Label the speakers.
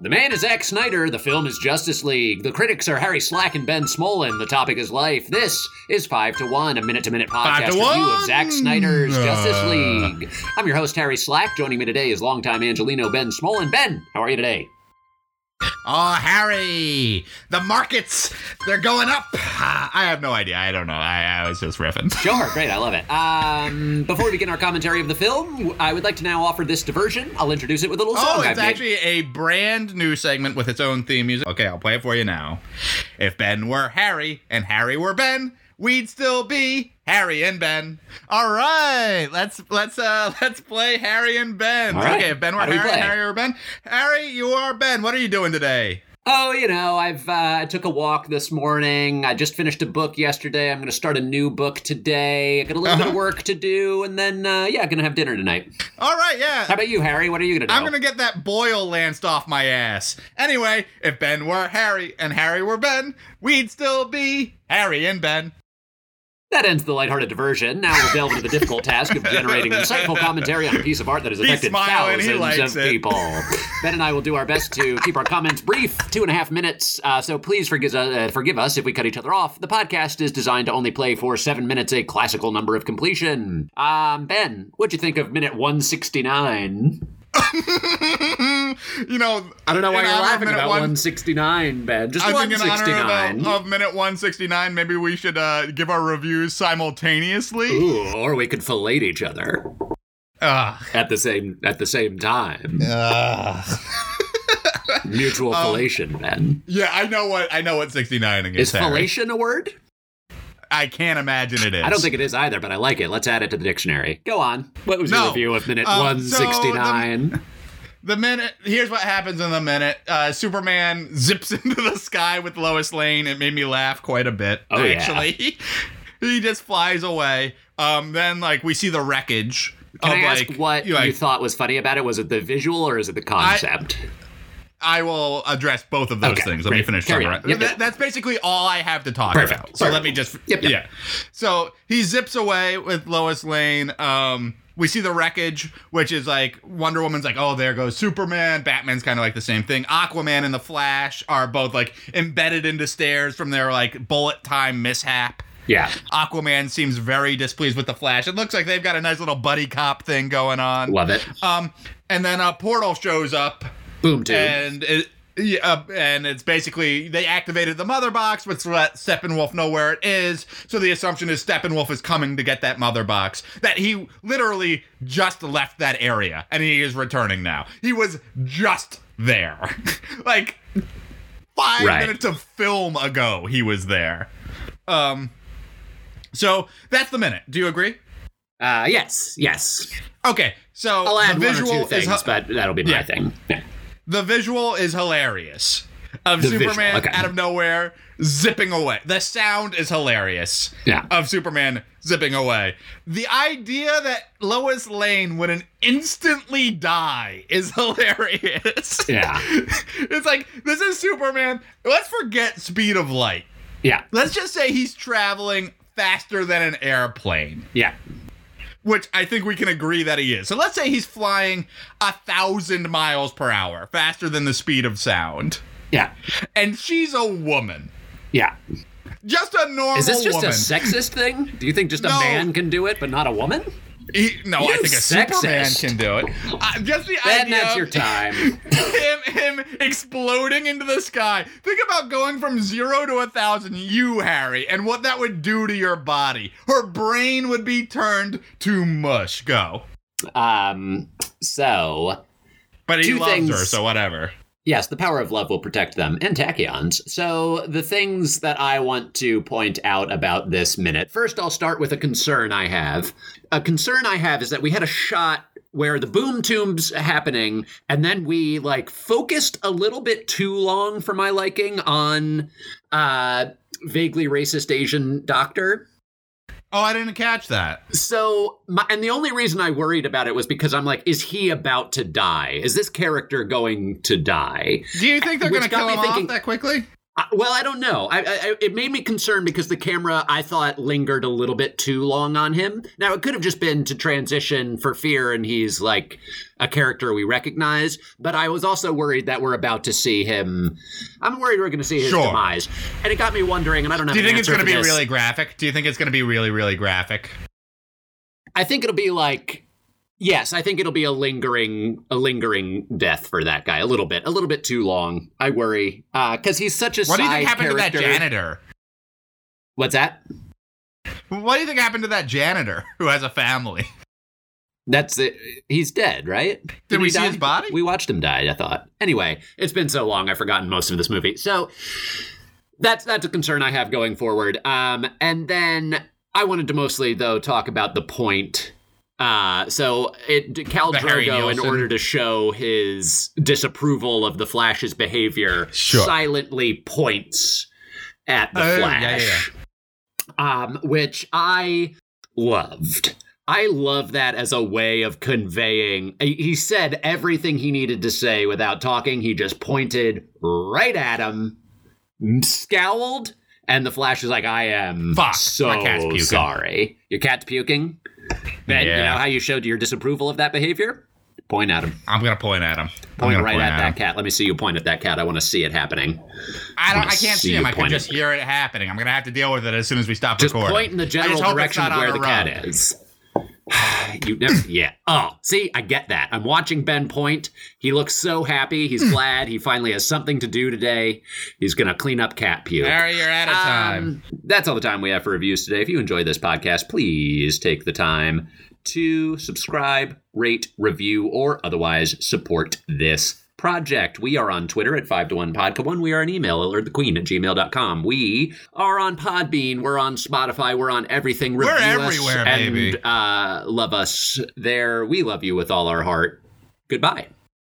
Speaker 1: The man is Zack Snyder, the film is Justice League, the critics are Harry Slack and Ben Smolin, the topic is life. This is 5 to 1, a minute to minute
Speaker 2: Five
Speaker 1: podcast
Speaker 2: to
Speaker 1: review
Speaker 2: one.
Speaker 1: of Zack Snyder's
Speaker 2: Uh.
Speaker 1: Justice League. I'm your host, Harry Slack. Joining me today is longtime Angelino Ben Smolin. Ben, how are you today?
Speaker 2: Oh, Harry, the markets, they're going up. Ah, I have no idea. I don't know. I, I was just riffing.
Speaker 1: Sure, great, I love it. Um, before we begin our commentary of the film, I would like to now offer this diversion. I'll introduce it with a little song
Speaker 2: Oh,
Speaker 1: I've
Speaker 2: it's
Speaker 1: made.
Speaker 2: actually a brand new segment with its own theme music. Okay, I'll play it for you now. If Ben were Harry and Harry were Ben, we'd still be Harry and Ben. All right, let's let's uh let's play Harry and Ben.
Speaker 1: All right.
Speaker 2: Okay, if Ben were
Speaker 1: How do we
Speaker 2: Harry and
Speaker 1: play?
Speaker 2: Harry were Ben, Harry, you are Ben. What are you doing today?
Speaker 1: Oh, you know, I've uh, I took a walk this morning. I just finished a book yesterday. I'm going to start a new book today. I got a little bit of
Speaker 2: Uh-huh.
Speaker 1: work to do, and then uh, yeah, going to have dinner tonight.
Speaker 2: All right, yeah.
Speaker 1: How about you, Harry? What are you going to do?
Speaker 2: I'm gonna get that boil lanced off my ass. Anyway, if Ben were Harry and Harry were Ben, we'd still be Harry and Ben.
Speaker 1: That ends the lighthearted diversion. Now we'll delve into the difficult task of generating insightful commentary on a piece of art that has
Speaker 2: He's
Speaker 1: affected
Speaker 2: smiling, he
Speaker 1: thousands
Speaker 2: likes
Speaker 1: of
Speaker 2: it.
Speaker 1: people. Ben and I will do our best to keep our comments brief, two and a half minutes. Uh, so please forgive, uh, forgive us if we cut each other off. The podcast is designed to only play for seven minutes, a classical number of completion. Um, Ben, what'd you think of minute 169?
Speaker 2: you know,
Speaker 1: I don't know why
Speaker 2: in
Speaker 1: you're
Speaker 2: honor of
Speaker 1: laughing
Speaker 2: minute
Speaker 1: about
Speaker 2: one-
Speaker 1: 169, Ben. Just
Speaker 2: I think in honor
Speaker 1: 169.
Speaker 2: of, uh, of minute 169, maybe we should uh, give our reviews simultaneously.
Speaker 1: Ooh, or we could fillet each other
Speaker 2: Ugh.
Speaker 1: at the same at the same time.
Speaker 2: Ugh.
Speaker 1: Mutual
Speaker 2: Um,
Speaker 1: fellation, Ben.
Speaker 2: yeah, I know what I know what 69
Speaker 1: Is
Speaker 2: is. Harry.
Speaker 1: fellation a word?
Speaker 2: I can't imagine it is.
Speaker 1: I don't think it is either, but I like it. Let's add it to the dictionary. Go on. What was your
Speaker 2: No.
Speaker 1: review of minute
Speaker 2: Um, so the-
Speaker 1: 169?
Speaker 2: The minute here's what happens in the minute. Uh, Superman zips into the sky with Lois Lane. It made me laugh quite a bit.
Speaker 1: Oh, yeah.
Speaker 2: actually, he just flies away. Um, then like we see the wreckage.
Speaker 1: Can
Speaker 2: of,
Speaker 1: I ask
Speaker 2: like,
Speaker 1: what
Speaker 2: like,
Speaker 1: you thought was funny about it? Was it the visual or is it the concept?
Speaker 2: I will address both of those
Speaker 1: Okay,
Speaker 2: things. Let
Speaker 1: great.
Speaker 2: me finish
Speaker 1: Carry
Speaker 2: talking
Speaker 1: on.
Speaker 2: about-
Speaker 1: Yep,
Speaker 2: that-
Speaker 1: yep.
Speaker 2: That's basically all I have to talk
Speaker 1: Perfect.
Speaker 2: about. So
Speaker 1: Perfect.
Speaker 2: let me just
Speaker 1: Yep, yep.
Speaker 2: yeah. So he zips away with Lois Lane. Um, we see the wreckage, which is like Wonder Woman's like, oh, there goes Superman. Batman's kind of like the same thing. Aquaman and the Flash are both like embedded into stairs from their like bullet time mishap.
Speaker 1: yeah.
Speaker 2: Aquaman seems very displeased with the Flash. It looks like they've got a nice little buddy cop thing going on.
Speaker 1: Love it.
Speaker 2: Um, and then a portal shows up
Speaker 1: Boom tube.
Speaker 2: and it, yeah, uh, and it's basically they activated the mother box, but let Steppenwolf know where it is. So the assumption is Steppenwolf is coming to get that mother box. That he literally just left that area, and he is returning now. He was just there, like five
Speaker 1: Right.
Speaker 2: minutes of film ago. He was there. Um, so that's the minute. Do you agree?
Speaker 1: uh, yes, yes.
Speaker 2: Okay, so
Speaker 1: I'll add
Speaker 2: the
Speaker 1: one or
Speaker 2: visual
Speaker 1: two things,
Speaker 2: is hu-
Speaker 1: but that'll be my
Speaker 2: Yeah.
Speaker 1: thing. Yeah.
Speaker 2: The visual is hilarious. Of
Speaker 1: The visual,
Speaker 2: Superman
Speaker 1: okay.
Speaker 2: out of nowhere zipping away. The sound is hilarious.
Speaker 1: Yeah.
Speaker 2: Of Superman zipping away. The idea that Lois Lane wouldn't instantly die is hilarious.
Speaker 1: Yeah.
Speaker 2: it's like, this is Superman. Let's forget speed of light.
Speaker 1: Yeah.
Speaker 2: Let's just say he's traveling faster than an airplane
Speaker 1: Yeah.
Speaker 2: which I think we can agree that he is. So let's say he's flying a thousand miles per hour, faster than the speed of sound,
Speaker 1: Yeah.
Speaker 2: and she's a woman,
Speaker 1: Yeah.
Speaker 2: just a normal
Speaker 1: Is this just
Speaker 2: woman.
Speaker 1: a sexist thing? Do you think just a
Speaker 2: No.
Speaker 1: man can do it, but not a woman?
Speaker 2: He- no, I
Speaker 1: You
Speaker 2: think a
Speaker 1: sexist.
Speaker 2: Superman can do it. Uh, just the
Speaker 1: Ben,
Speaker 2: idea
Speaker 1: that's
Speaker 2: of
Speaker 1: your time.
Speaker 2: him him exploding into the sky. Think about going from zero to a thousand, you Harry, and what that would do to your body. Her brain would be turned to mush. Go.
Speaker 1: Um, so
Speaker 2: But he
Speaker 1: Two
Speaker 2: loves her,
Speaker 1: things.
Speaker 2: so whatever.
Speaker 1: Yes, the power of love will protect them and tachyons. So, the things that I want to point out about this minute. First, I'll start with a concern I have. A concern I have is that we had a shot where the boom tube's happening, and then we like focused a little bit too long for my liking on uh vaguely racist Asian doctor.
Speaker 2: Oh, I didn't catch that.
Speaker 1: So, my, and the only reason I worried about it was because I'm like, is he about to die? Is this character going to die?
Speaker 2: Do you think they're
Speaker 1: Which
Speaker 2: going to
Speaker 1: got
Speaker 2: kill
Speaker 1: me
Speaker 2: him
Speaker 1: thinking-
Speaker 2: off that quickly?
Speaker 1: I, well, I don't know. I, I, it made me concerned because the camera, I thought, lingered a little bit too long on him. Now, it could have just been to transition for fear, and he's like a character we recognize. But I was also worried that we're about to see him. I'm worried we're going to see his
Speaker 2: Sure.
Speaker 1: demise, and it got me wondering. And I don't know.
Speaker 2: Do you think it's
Speaker 1: going to
Speaker 2: be really graphic? Do you think it's going to be really, really graphic?
Speaker 1: I think it'll be like. Yes, I think it'll be a lingering, a lingering death for that guy. A little bit, a little bit too long. I worry because he's such a.
Speaker 2: What do you
Speaker 1: side
Speaker 2: think happened to that
Speaker 1: character.
Speaker 2: janitor?
Speaker 1: What's that?
Speaker 2: What do you think happened to that janitor who has a family?
Speaker 1: That's it. He's dead, right? Did,
Speaker 2: we
Speaker 1: he
Speaker 2: see his body?
Speaker 1: We watched him die. I thought. Anyway, it's been so long, I've forgotten most of this movie. So that's that's a concern I have going forward. Um, and then I wanted to mostly though talk about the point. Uh, so it Cal
Speaker 2: The Harry
Speaker 1: Drogo, in
Speaker 2: Nielsen.
Speaker 1: order to show his disapproval of the Flash's behavior,
Speaker 2: Sure.
Speaker 1: silently points at the
Speaker 2: Oh, yeah,
Speaker 1: Flash,
Speaker 2: yeah, yeah.
Speaker 1: Um, which I loved. I love that as a way of conveying. He he said everything he needed to say without talking. He just pointed right at him, scowled, and the Flash is like, "I am
Speaker 2: Fuck,
Speaker 1: so
Speaker 2: my cat's puking."
Speaker 1: sorry. Your cat's puking." And you
Speaker 2: Yeah.
Speaker 1: know how you showed your disapproval of that behavior? Point at him.
Speaker 2: I'm gonna point at him. I'm
Speaker 1: Point
Speaker 2: gonna
Speaker 1: right at
Speaker 2: him.
Speaker 1: that cat. Let me see you point at that cat. I want to see it happening.
Speaker 2: I don't.
Speaker 1: I'm
Speaker 2: I
Speaker 1: gonna
Speaker 2: can't
Speaker 1: see
Speaker 2: see him.
Speaker 1: you
Speaker 2: I can
Speaker 1: point
Speaker 2: just hear it happening. I'm gonna have to deal with it as soon as we stop
Speaker 1: Just
Speaker 2: recording.
Speaker 1: point in the general
Speaker 2: hope it's
Speaker 1: direction
Speaker 2: not
Speaker 1: of
Speaker 2: on
Speaker 1: where
Speaker 2: a
Speaker 1: the cat is. you never, yeah. Oh, see, I get that. I'm watching Ben point. He looks so happy. He's glad. He finally has something to do today. He's gonna clean up cat puke.
Speaker 2: Harry, you're out of time.
Speaker 1: Um, that's all the time we have for reviews today. If you enjoy this podcast, please take the time to subscribe, rate, review, or otherwise support this project. We are on Twitter at 5 to 1 Podca1. We are an email, alertthequeen at gmail.com. We are on Podbean. We're on Spotify. We're on everything.
Speaker 2: We're
Speaker 1: Review us
Speaker 2: everywhere,
Speaker 1: and,
Speaker 2: baby.
Speaker 1: uh, love us there. We love you with all our heart. Goodbye.